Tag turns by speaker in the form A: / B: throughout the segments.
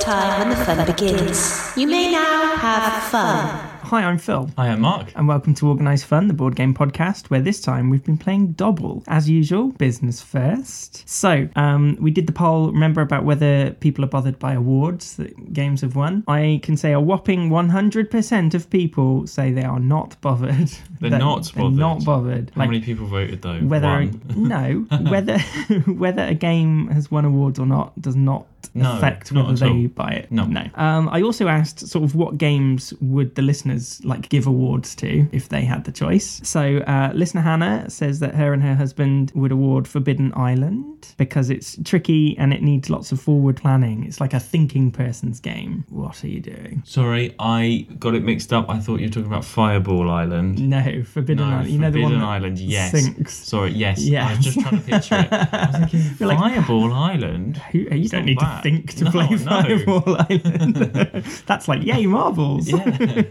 A: time when the fun begins. You may now have fun.
B: Hi, I'm Phil.
C: I am Mark.
B: And welcome to Organise Fun, the board game podcast, where this time we've been playing Dobble. As usual, business first. So, um, we did the poll, remember, about whether people are bothered by awards that games have won. I can say a whopping 100% of people say they are not bothered.
C: They're not
B: They're not
C: bothered.
B: bothered.
C: How many people voted though?
B: whether
C: One.
B: no whether whether a game has won awards or not does not
C: No,
B: affect
C: not
B: whether
C: at all.
B: they buy it
C: No.
B: no um, i also asked sort of what games would the listeners like give awards to if they had the choice so uh, listener hannah says that her and her husband would award forbidden island because it's tricky and it needs lots of forward planning it's like a thinking person's game what are you doing
C: Sorry, I got it mixed up. I thought you were talking about Fireball Island.
B: no forbidden
C: No,
B: island you know the one
C: Forbidden
B: that
C: Island, yes.
B: sinks
C: Sorry, yes. I
B: Yes.
C: was just trying to picture it. I was thinking
B: You're like-
C: Fireball Island.
B: Who, you don't
C: not
B: need to
C: bad.
B: think to
C: No,
B: play
C: no.
B: Fireball Island. That's like, yay, marbles.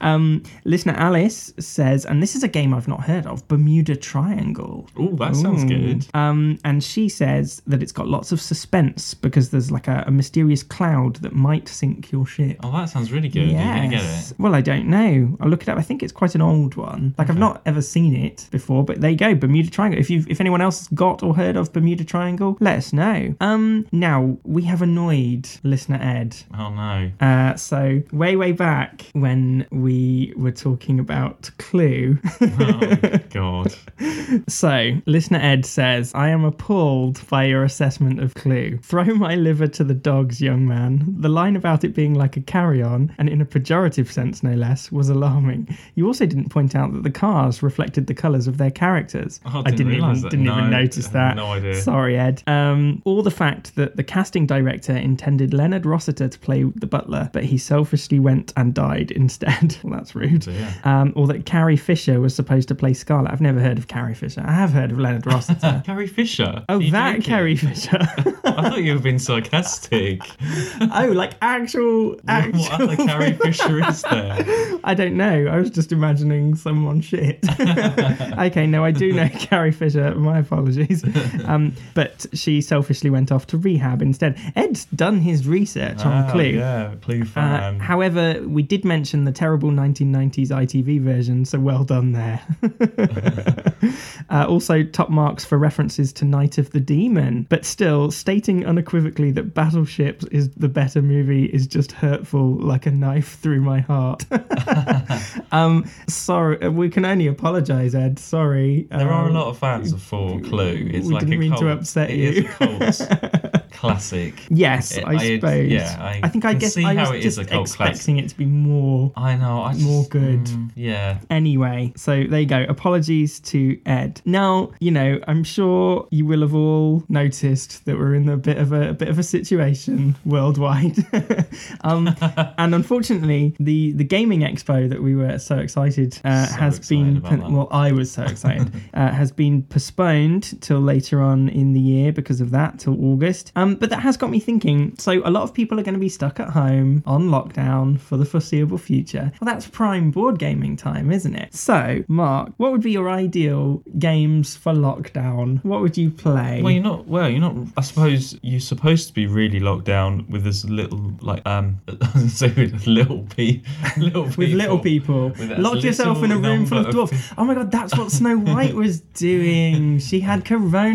B: um, listener Alice says, and this is a game I've not heard of Bermuda Triangle.
C: Oh, that sounds
B: Ooh.
C: good.
B: Um, and she says that it's got lots of suspense because there's like a, a mysterious cloud that might sink your ship.
C: Oh, that sounds really good. You're gonna get it.
B: Well, I don't know. I'll look it up. I think it's quite an old one. Like I've not ever seen it before, but there you go, Bermuda Triangle. If you if anyone else has got or heard of Bermuda Triangle, let us know. Um, now we have annoyed listener Ed.
C: Oh no.
B: Uh, so way way back when we were talking about Clue.
C: Oh god.
B: So, listener Ed says, I am appalled by your assessment of Clue. Throw my liver to the dogs, young man. The line about it being like a carry on, and in a pejorative sense no less, was alarming. You also didn't point out that the cars reflected the colours of their characters.
C: Oh, I
B: I
C: didn't
B: didn't even
C: realise that.
B: didn't even
C: No,
B: notice
C: I had
B: that.
C: no idea.
B: Sorry, Ed. Um, or the fact that the casting director intended Leonard Rossiter to play the butler, but he selfishly went and died instead. well, that's rude.
C: So, yeah.
B: Um, or that Carrie Fisher was supposed to play Scarlet. I've never heard of Carrie Fisher. I have heard of Leonard Rossiter.
C: Uh, Carrie Fisher.
B: Oh,
C: Are you
B: that
C: joking?
B: Carrie Fisher.
C: I thought you were being sarcastic.
B: oh, like actual,
C: what
B: actual.
C: other Carrie Fisher is there?
B: I don't know. I was just imagining someone shit. okay, no, I do know Carrie Fisher. My apologies. Um, but she selfishly went off to rehab instead. Ed's done his research on
C: Ah,
B: Clue.
C: Yeah, Clue
B: Uh,
C: fan.
B: however, we did mention the terrible 1990s ITV version, so well done there. uh, also, top marks for references to Night of the Demon, but still, stating unequivocally that Battleships is the better movie is just hurtful like a knife through my heart. um, sorry, we can only apologise, Ed. Sorry.
C: There are a
B: Um,
C: lot of fans of Four Clue. It's
B: we
C: like
B: didn't
C: a
B: mean to
C: cult.
B: upset
C: It is
B: you.
C: a cult classic.
B: Yes,
C: It-
B: I, suppose.
C: Yeah, I,
B: think I
C: can
B: guess
C: see
B: I was
C: how it is
B: just
C: a cult
B: expecting it to be more
C: classic. I know. I just,
B: more good.
C: mm, yeah.
B: Anyway, so there you go. Apologies to Ed. Now, you know, I'm sure you will have all noticed that we're in a bit of a, a bit of a situation worldwide. um, and unfortunately, the the gaming expo that we were so excited uh,
C: So
B: has
C: excited
B: been
C: about that.
B: well, I was so excited uh, has been postponed till later on in the year because of that till August. Um, but that has got me thinking. So a lot of people are going to be stuck at home on lockdown for the foreseeable future. Well, that's prime board gaming time, isn't it? So, Mark, what would be your ideal games for lockdown? What would you play?
C: Well, you're not. Well, you're not. I suppose you're supposed to be really locked down with this little, like, um, so with little pe, little people.
B: with little people.
C: With as
B: Locked yourself in a
C: little
B: room full of
C: number
B: dwarfs. Oh my god, that's what Snow White was doing. She had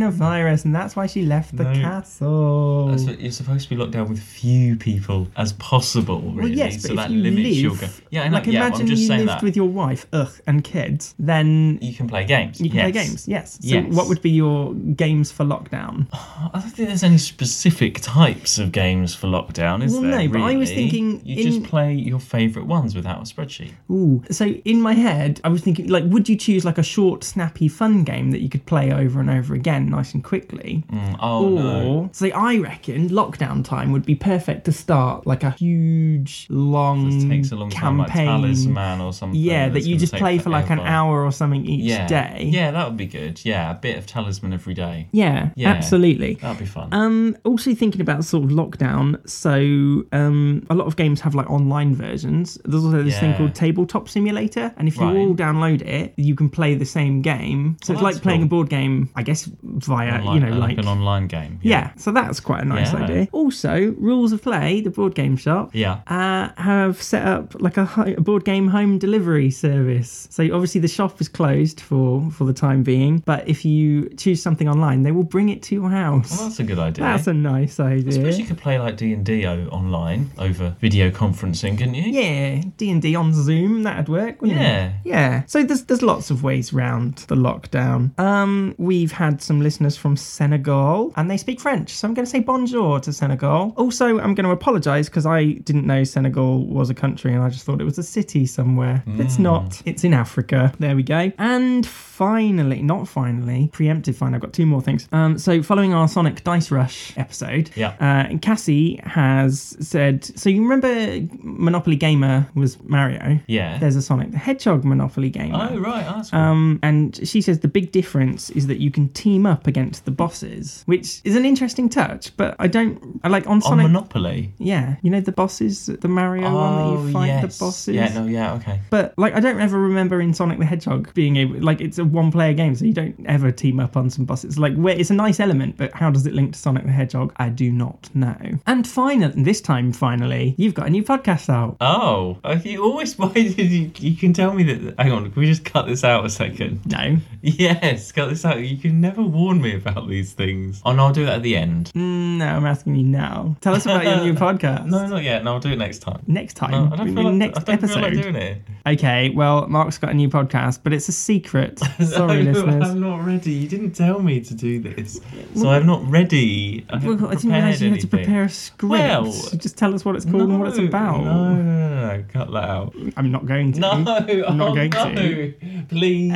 B: coronavirus, and that's why she left the
C: No.
B: castle.
C: That's what- You're supposed to be locked down with few people as possible,
B: well,
C: really.
B: yes, but
C: so
B: if
C: that
B: you
C: limits
B: live,
C: your. Go- yeah, I know,
B: like
C: yeah,
B: imagine
C: I'm just
B: you
C: saying
B: lived
C: that.
B: with your wife, ugh, and kids, then
C: you can play games.
B: you can play
C: yes.
B: games. Yes. So,
C: Yes.
B: what would be your games for lockdown?
C: I don't think there's any specific types of games for lockdown, is
B: Well,
C: there?
B: no, but I was
C: really?
B: thinking
C: you
B: in-
C: just play your favourite ones without a spreadsheet.
B: Ooh. So in my head, I was thinking, like, would you choose like a short, snappy, fun game that you could play over and over again, nice and quickly?
C: Mm, oh no,
B: Or, so I reckon lockdown time would be perfect to start like a huge, long
C: this takes a long time, like
B: campaign.
C: Talisman or something.
B: yeah, that
C: that's
B: you
C: gonna
B: just
C: take
B: play for like an
C: forever.
B: hour or something each
C: yeah.
B: day.
C: Yeah, that would be good. Yeah, a bit of Talisman every day.
B: Yeah,
C: Yeah.
B: absolutely.
C: That'd be fun.
B: Um, also thinking about sort of lockdown. So um, a lot of games have like online versions. There's also this thing
C: Yeah.
B: called Tabletop Simulator, and if
C: Right.
B: you all download it, you can play the same game. So
C: Well,
B: it's like
C: that's
B: playing a
C: cool.
B: board game, I guess, via
C: Online-
B: you know
C: uh, like,
B: like.
C: an online game.
B: yeah, so that's quite a nice
C: Yeah.
B: idea. Also, Rules of Play, the board game shop,
C: Yeah.
B: uh, have set up like a, ho- a board game home delivery service. So obviously the shop is closed for for the time being, but if you choose something online, they will bring it to your house.
C: Well, that's a good idea.
B: that's a nice idea.
C: I suppose you could play like D and D online over video conferencing, couldn't you?
B: Yeah, D and D on Zoom, that'd work, wouldn't
C: Yeah.
B: it? Yeah. So there's there's lots of ways round the lockdown. Um, we've had some listeners from Senegal, and they speak French, so I'm going to say bonjour to Senegal. Also, I'm going to apologise because I didn't know Senegal was a country, and I just thought it was a city somewhere. It's not. It's in Africa. There we go. And finally, not finally, preemptive. Fine, I've got two more things. Um, so following our Sonic Dice Rush episode,
C: Yeah.
B: uh, and Cassie has said, so you remember Monopoly Gamer was Mario?
C: Yeah.
B: There's a Sonic the Hedgehog Monopoly Gamer.
C: Oh right, oh, that's cool.
B: Um, and she says the big difference is that you can team up against the bosses, which is an interesting touch. But I don't I like on
C: on
B: Sonic.
C: Monopoly.
B: yeah, you know the bosses, the Mario one that you fight
C: Oh, yes.
B: the bosses.
C: Yeah, no, yeah, okay.
B: But like, I don't ever remember in Sonic the Hedgehog being able like it's a one-player game, so you don't ever team up on some bosses. Like, where it's a nice element, but how does it link to Sonic the Hedgehog? I do not know. And finally, this time, finally, you've got a new podcast out.
C: Oh, uh, you always. Why did you? You can tell me that. Hang on, can we just cut this out a second?
B: No,
C: Yes, cut this out. You can never warn me about these things. Oh no, I'll do that at the end.
B: Mm, no, I'm asking you now. Tell us about your new podcast.
C: No, not yet. No, I'll do it next time.
B: Next
C: No,
B: time,
C: I
B: we
C: don't feel
B: mean
C: like,
B: next
C: I don't
B: episode.
C: feel like doing it.
B: okay, well, Mark's got a new podcast, but it's a secret. Sorry,
C: No,
B: listeners.
C: I'm not ready. You didn't tell me to do this, so I'm not ready. I haven't
B: Well, I didn't
C: prepared
B: realize you had to
C: anything.
B: prepare a script.
C: Well,
B: just tell us what it's called and what it's
C: No,
B: about.
C: No, no, no, no, cut that out.
B: I'm not going to.
C: No, I'm
B: not
C: not
B: going
C: going
B: to.
C: to. Please.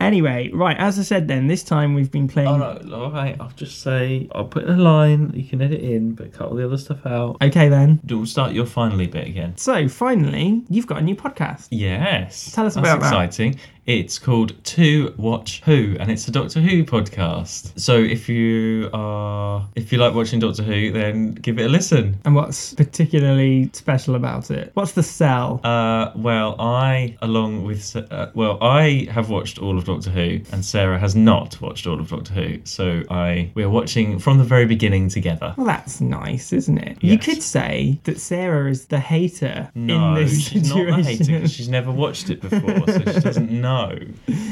B: Anyway, right, as I said then, this time we've been playing.
C: All right, all right. I'll just say I'll put in a line. that You can edit in, but cut all the other stuff out.
B: Okay then.
C: We'll start your finally bit again.
B: So finally, you've got a new podcast.
C: Yes.
B: Tell us
C: That's
B: about that.
C: exciting. It's called To Watch Who, and it's a Doctor Who podcast. So if you are if you like watching Doctor Who, then give it a listen.
B: And what's particularly special about it? What's the sell?
C: Uh, well, I, along with, Sa- uh, well, I have watched all of Doctor Who, and Sarah has not watched all of Doctor Who. So I, we are watching from the very beginning together.
B: well, that's nice, isn't it? You
C: Yes.
B: could say that Sarah is the hater
C: No,
B: in this
C: she's
B: situation.
C: not the hater 'cause she's never watched it before, so she doesn't know.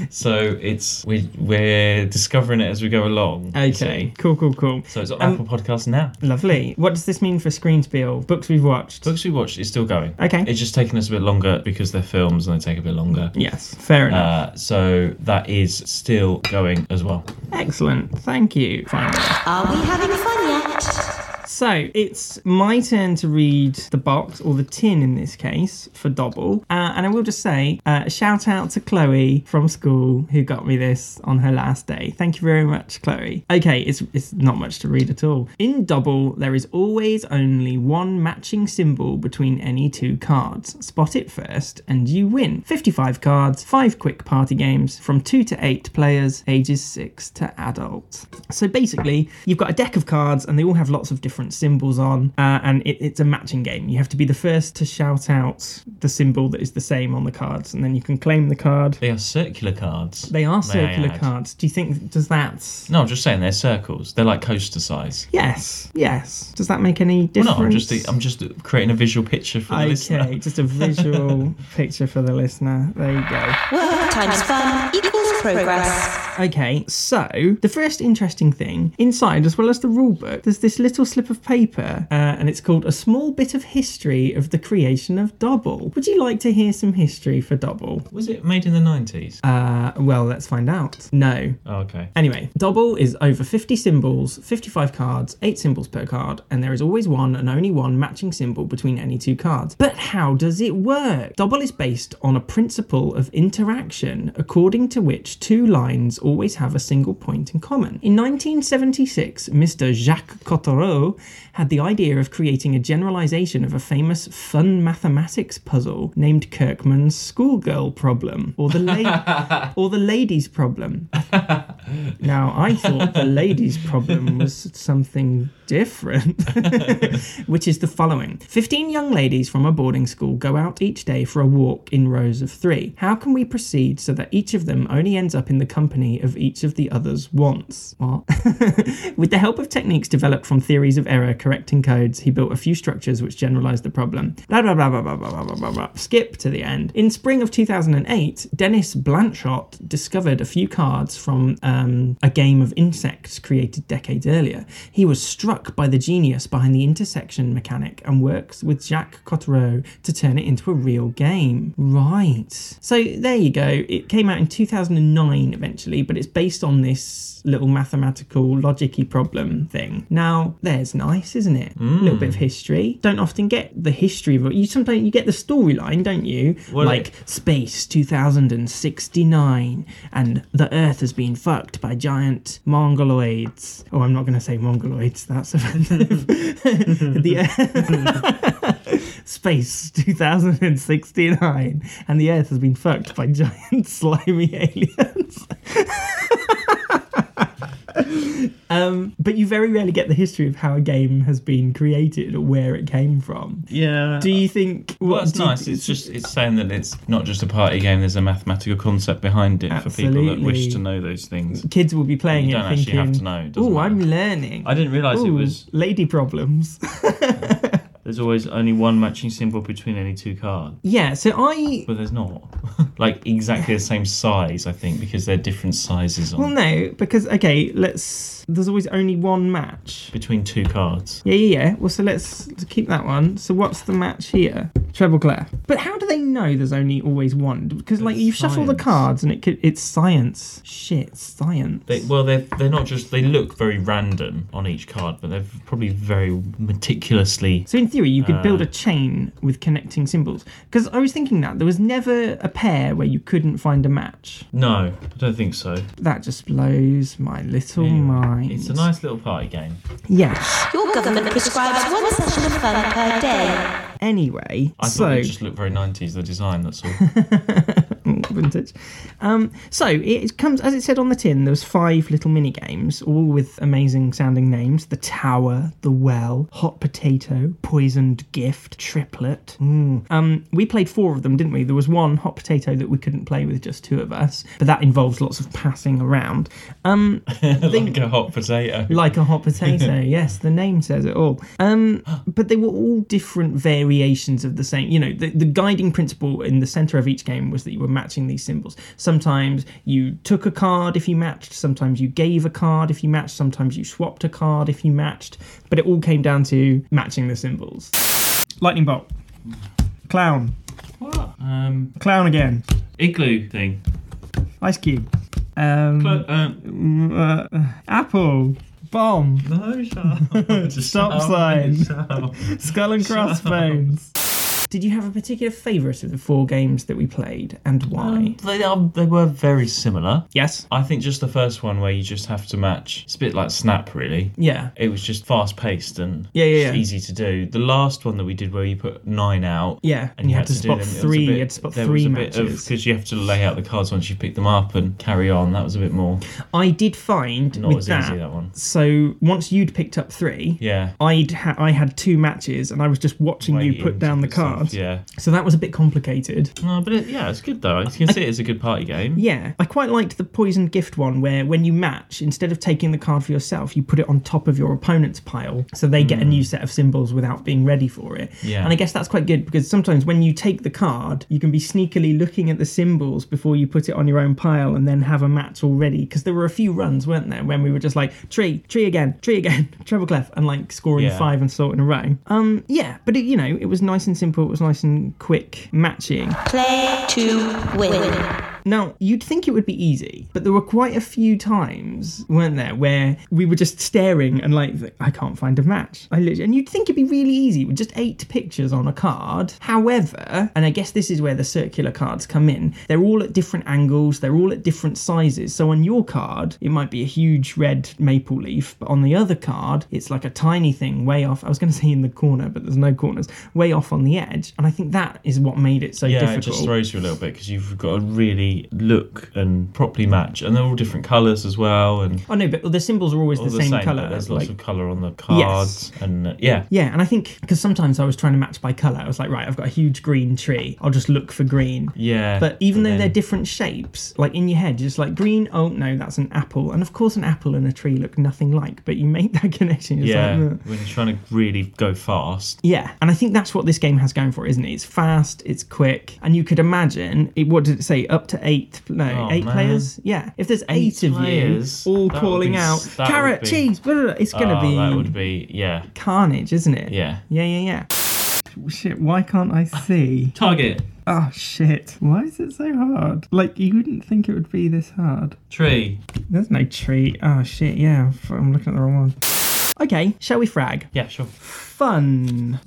C: So it's we we're discovering it as we go along. you
B: okay,
C: see.
B: cool, cool, cool.
C: So it's on
B: Um,
C: Apple Podcasts now.
B: Lovely. What does this mean for Screen Spiel? Books we've watched.
C: Books we watched is still going.
B: Okay.
C: It's just taking us a bit longer because they're films and they take a bit longer.
B: Yes, fair enough.
C: Uh, so that is still going as well.
B: Excellent. Thank you. Finally.
A: Are we having fun yet?
B: So it's my turn to read the box, or the tin in this case, for Dobble. Uh, and I will just say, uh, shout out to Chloe from school who got me this on her last day. Thank you very much, Chloe. Okay, it's, it's not much to read at all. In Dobble, there is always only one matching symbol between any two cards. Spot it first, and you win. 55 cards, 5 quick party games from 2 to 8 players, ages 6 to adult. So basically, you've got a deck of cards, and they all have lots of different symbols on, uh, and it, it's a matching game. You have to be the first to shout out the symbol that is the same on the cards, and then you can claim the card.
C: They are circular cards.
B: They are
C: may I
B: circular
C: add.
B: cards. Do you think, does that.
C: No, I'm just saying they're circles. They're like coaster size.
B: Yes, yes. Does that make any
C: Well,
B: difference?
C: no, I'm just I'm just creating a visual picture for the listener.
B: Okay, just a visual picture for the listener. There you go.
A: Work times fun equals progress.
B: Okay, so the first interesting thing inside, as well as the rule book, there's this little slip of paper, uh, and it's called A Small Bit of History of the Creation of Double. Would you like to hear some history for Double?
C: Was it made in the 90s?
B: Uh, well, let's find out. No.
C: oh, okay.
B: Anyway, Double is over 50 symbols, 55 cards, 8 symbols per card, and there is always one and only one matching symbol between any two cards. But how does it work? Double is based on a principle of interaction, according to which two lines always have a single point in common. In 1976, Mr. Jacques Cottereau had the idea of creating a generalization of a famous fun mathematics puzzle named Kirkman's schoolgirl problem, or the, la- or the ladies problem. Now, I thought the ladies' problem was something different, which is the following 15 young ladies from a boarding school go out each day for a walk in rows of three. How can we proceed so that each of them only ends up in the company of each of the other's wants. What? With the help of techniques developed from theories of error correcting codes, he built a few structures which generalized the problem. Blah, blah, blah, blah, blah, blah, blah, blah, blah, blah. Skip to the end. In spring of 2008, Dennis Blanchot discovered a few cards from um, a game of insects created decades earlier. He was struck by the genius behind the intersection mechanic and works with Jacques Cottereau to turn it into a real game. Right. So there you go. It came out in 2009 eventually, but it's based on this little mathematical logicy problem thing. Now, there's nice, isn't it? A little bit of history. Don't often get the history of it. You sometimes you get the storyline, don't you?
C: Well,
B: like space 2069 and the earth has been fucked by giant mongoloids. Oh, I'm not going to say mongoloids. That's offensive. the Space 2069, and the Earth has been fucked by giant slimy aliens. um, but you very rarely get the history of how a game has been created or where it came from.
C: Yeah.
B: Do you think? What,
C: well, that's
B: do you-
C: nice. It's just it's saying that it's not just a party game. There's a mathematical concept behind it for people that wish
B: Absolutely.
C: to know those things.
B: kids will be playing
C: You
B: it
C: don't actually have
B: thinking,
C: to know, it doesn't
B: "Oh, I'm
C: matter."
B: learning."
C: I didn't realise it
B: Ooh,
C: was.
B: lady problems.
C: There's always only one matching symbol between any two cards,
B: yeah. So I
C: but there's not like exactly the same size. I think because they're different sizes on
B: well no because okay let's. There's always only one match.
C: between two cards.
B: Yeah, yeah, yeah. Well, so let's let's keep that one. So what's the match here? Treble clef. But how do they know there's only always one? Because like
C: It's
B: you shuffle the
C: science.
B: cards and it could it's science. Shit, science.
C: They, well, they're they're not just they look very random on each card, but they're probably very meticulously.
B: So in theory, you could
C: uh,
B: build a chain with connecting symbols. Because I was thinking that there was never a pair where you couldn't find a match.
C: No, I don't think so.
B: That just blows my little mind.
C: It's a nice little party game.
B: yes.
A: Your government prescribes one session of fun per day.
B: Anyway,
C: I
B: so
C: thought it just looked very 90s. The design, that's all.
B: Mm, vintage. Um, so it comes, as it said on the tin, there was five little mini games, all with amazing sounding names: the Tower, the Well, Hot Potato, Poisoned Gift, Triplet. Mm. Um, we played four of them, didn't we? There was one Hot Potato that we couldn't play with just two of us, but that involves lots of passing around. Um,
C: like a hot potato.
B: like a hot potato. yes, the name says it all. Um, but they were all different variations of the same. You know, the, the guiding principle in the center of each game was that you were matching these symbols. Sometimes you took a card if you matched. Sometimes you gave a card if you matched. Sometimes you swapped a card if you matched. But it all came down to matching the symbols. Lightning bolt. Clown.
C: Um,
B: Clown again.
C: igloo thing.
B: Ice cube. Um,
C: Clo- um,
B: uh, apple. Bomb.
C: no, Charles.
B: Stop sign. Skull and Crossbones. Did you have a particular favourite of the four games that we played and why?
C: They, are, they were very similar.
B: yes.
C: I think just the first one where you just have to match. It's a bit like Snap, really.
B: Yeah.
C: It was just fast paced and
B: Yeah, yeah, yeah.
C: easy to do. The last one that we did where you put nine out.
B: Yeah.
C: And you, had, to,
B: spot
C: do them. it was a
B: three.
C: bit-
B: you had to spot
C: there
B: three
C: was a
B: matches.
C: Because you have to lay out the cards once you pick them up and carry on. That was a bit more.
B: I did find
C: Not
B: with
C: as
B: that,
C: easy, that one.
B: So once you'd picked up three,
C: Yeah.
B: I'd ha- I had two matches and I was just watching you
C: Waiting
B: put
C: to
B: down the
C: put stuff,
B: cards.
C: Yeah.
B: So that was a bit complicated.
C: No, but it, yeah, it's good though. You can see it as a good party game.
B: Yeah, I quite liked the poisoned gift one where when you match, instead of taking the card for yourself, you put it on top of your opponent's pile so they get a new set of symbols without being ready for it.
C: Mm. Yeah.
B: And I guess that's quite good because sometimes when you take the card, you can be sneakily looking at the symbols before you put it on your own pile and then have a match already. Because there were a few runs, weren't there, when we were just like tree, tree again, tree again, treble clef, and like scoring
C: Yeah.
B: five and sort in a row. Um, yeah, but it, you know, it was nice and simple. It was nice and quick matching.
A: Play to win.
B: Now, you'd think it would be easy, but there were quite a few times, weren't there, where we were just staring and like, I can't find a match. I literally, and you'd think it'd be really easy with just eight pictures on a card. However, and I guess this is where the circular cards come in, they're all at different angles, they're all at different sizes. So on your card, it might be a huge red maple leaf, but on the other card, it's like a tiny thing way off. I was going to say in the corner, but there's no corners, way off on the edge. And I think that is what made it so
C: Yeah,
B: difficult.
C: it just throws you a little bit because you've got to really they look and properly match, and they're all different colours as well, and
B: Oh no, but the symbols are always
C: all
B: the, same,
C: but
B: color.
C: There's lots of colour on the cards, and uh, yeah,
B: Yeah, and I think because sometimes I was trying to match by color, I was like, right, I've got a huge green tree. I'll just look for green.
C: yeah.
B: But even though
C: then-
B: they're different shapes, like in your head, you're just like green. Oh no, that's an apple. And of course, an apple and a tree look nothing like. But you make that connection. It's
C: yeah,
B: Like, uh, "Ugh."
C: when you're trying to really go fast,
B: yeah, and I think that's what this game has going for, it, isn't it? It's fast, it's quick, and you could imagine. It, what did it say? Up to eight? No,
C: Oh,
B: eight
C: man.
B: players. Yeah, if there's eight,
C: Eight
B: of
C: players?
B: you all
C: That would
B: calling
C: be-
B: out
C: that would
B: carrot,
C: be-
B: cheese, blah, blah, blah, it's gonna
C: oh,
B: be
C: that would be yeah,
B: carnage, isn't it?
C: yeah.
B: Yeah, yeah, yeah. Shit, why can't I see?
C: Target
B: Oh, shit. Why is it so hard? Like, you wouldn't think it would be this hard.
C: tree.
B: There's no tree. Oh, shit, yeah. f- I'm looking at the wrong one. Okay, shall we frag?
C: Yeah, sure.
B: Fun.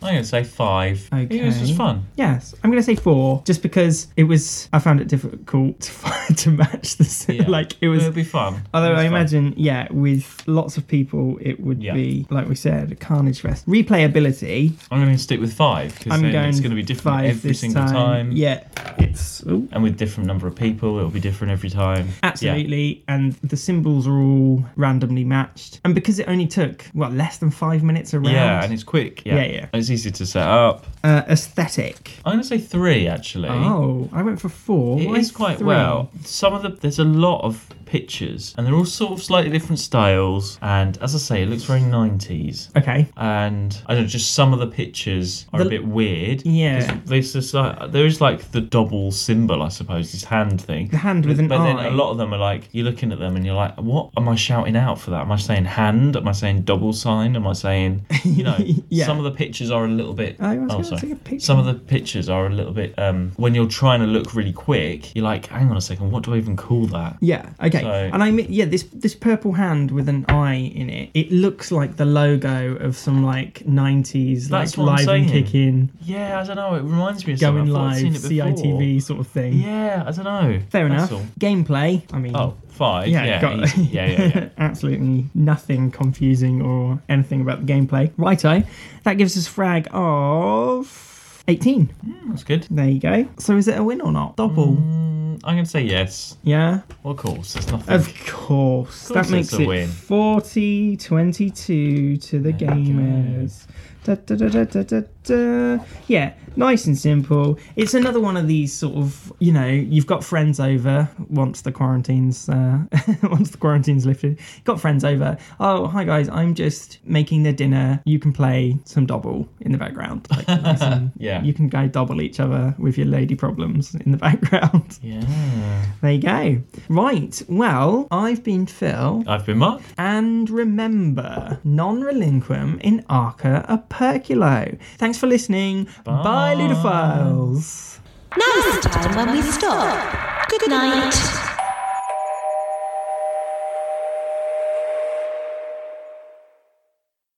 C: I'm gonna say five. It was
B: Okay.
C: just fun.
B: Yes, I'm going to say four, just because it was. I found it difficult to, find, to match this.
C: Yeah.
B: Like, it was.
C: It'll be fun.
B: Although
C: It was
B: I
C: fun.
B: imagine, yeah, with lots of people, it would
C: Yeah.
B: be, like we said, a carnage fest. Replayability,
C: I'm going to stick with five because
B: I'm going
C: it's going to be different
B: five
C: every
B: this
C: single time.
B: Yeah, it's. Ooh.
C: And with different number of people, it'll be different every time. Yeah.
B: Absolutely, and the symbols are all randomly matched. And because it only took what less than five minutes around,
C: Yeah, and it's quick. Yeah.
B: Yeah, yeah.
C: It's easy to set up.
B: uh, aesthetic.
C: I'm going to say three actually.
B: Oh, I went for four.
C: It
B: Why
C: is quite
B: three?
C: well. Some of the there's a lot of pictures, and they're all sort of slightly different styles. And as I say, it looks very 90s.
B: Okay.
C: And I don't know, just some of the pictures are
B: The-
C: a bit weird.
B: Yeah.
C: 'Cause There's this, like, there is like the double symbol, I suppose, this hand thing.
B: The hand with an
C: but
B: eye.
C: then a lot of them are like you're looking at them and you're like, what am I shouting out for that? Am I saying hand? Am I saying double sign? Am I saying you know?
B: Yeah.
C: Some of the pictures are a little bit.
B: Oh, I was gonna
C: sorry.
B: take a picture.
C: Some of the pictures are a little bit. Um, when you're trying to look really quick, you're like, hang on a second, what do I even call that?
B: Yeah. Okay.
C: So-
B: And I mean, yeah, this this purple hand with an eye in it. It looks like the logo of some like '90s like
C: That's what I'm
B: live and
C: saying.
B: kicking,
C: Yeah, I don't know. It reminds me of
B: going
C: something. I thought I'd
B: live,
C: seen it before.
B: CITV sort of thing.
C: Yeah, I don't know.
B: Fair
C: That's
B: enough.
C: all.
B: Gameplay. I mean,
C: Oh, five.
B: Yeah,
C: Yeah,
B: got-
C: easy. yeah, yeah, yeah.
B: absolutely nothing confusing or anything about the gameplay. Righto, that gives us a frag of 18.
C: Hmm, That's good.
B: There you go. So is it a win or not? Double.
C: Mm, I'm gonna say yes.
B: Yeah,
C: Well, of course, there's nothing.
B: of course. that
C: course
B: makes
C: it's a
B: it
C: win.
B: 40 22 to the gamers. Da, da, da, da, da, da, da. Yeah, nice and simple. It's another one of these sort of, you know, you've got friends over once the quarantine's uh, once the quarantine's lifted. Got friends over. Oh, hi guys, I'm just making the dinner. You can play some double in the background. Like, nice and-
C: Yeah.
B: you can go double each other with your lady problems in the background.
C: yeah.
B: There you go. Right. Well, I've been Phil.
C: I've been Mark.
B: And remember, non relinquum in arca a perculo. Thanks for listening. Bye, Bye ludophiles.
A: Now is the time when we stop. Good night.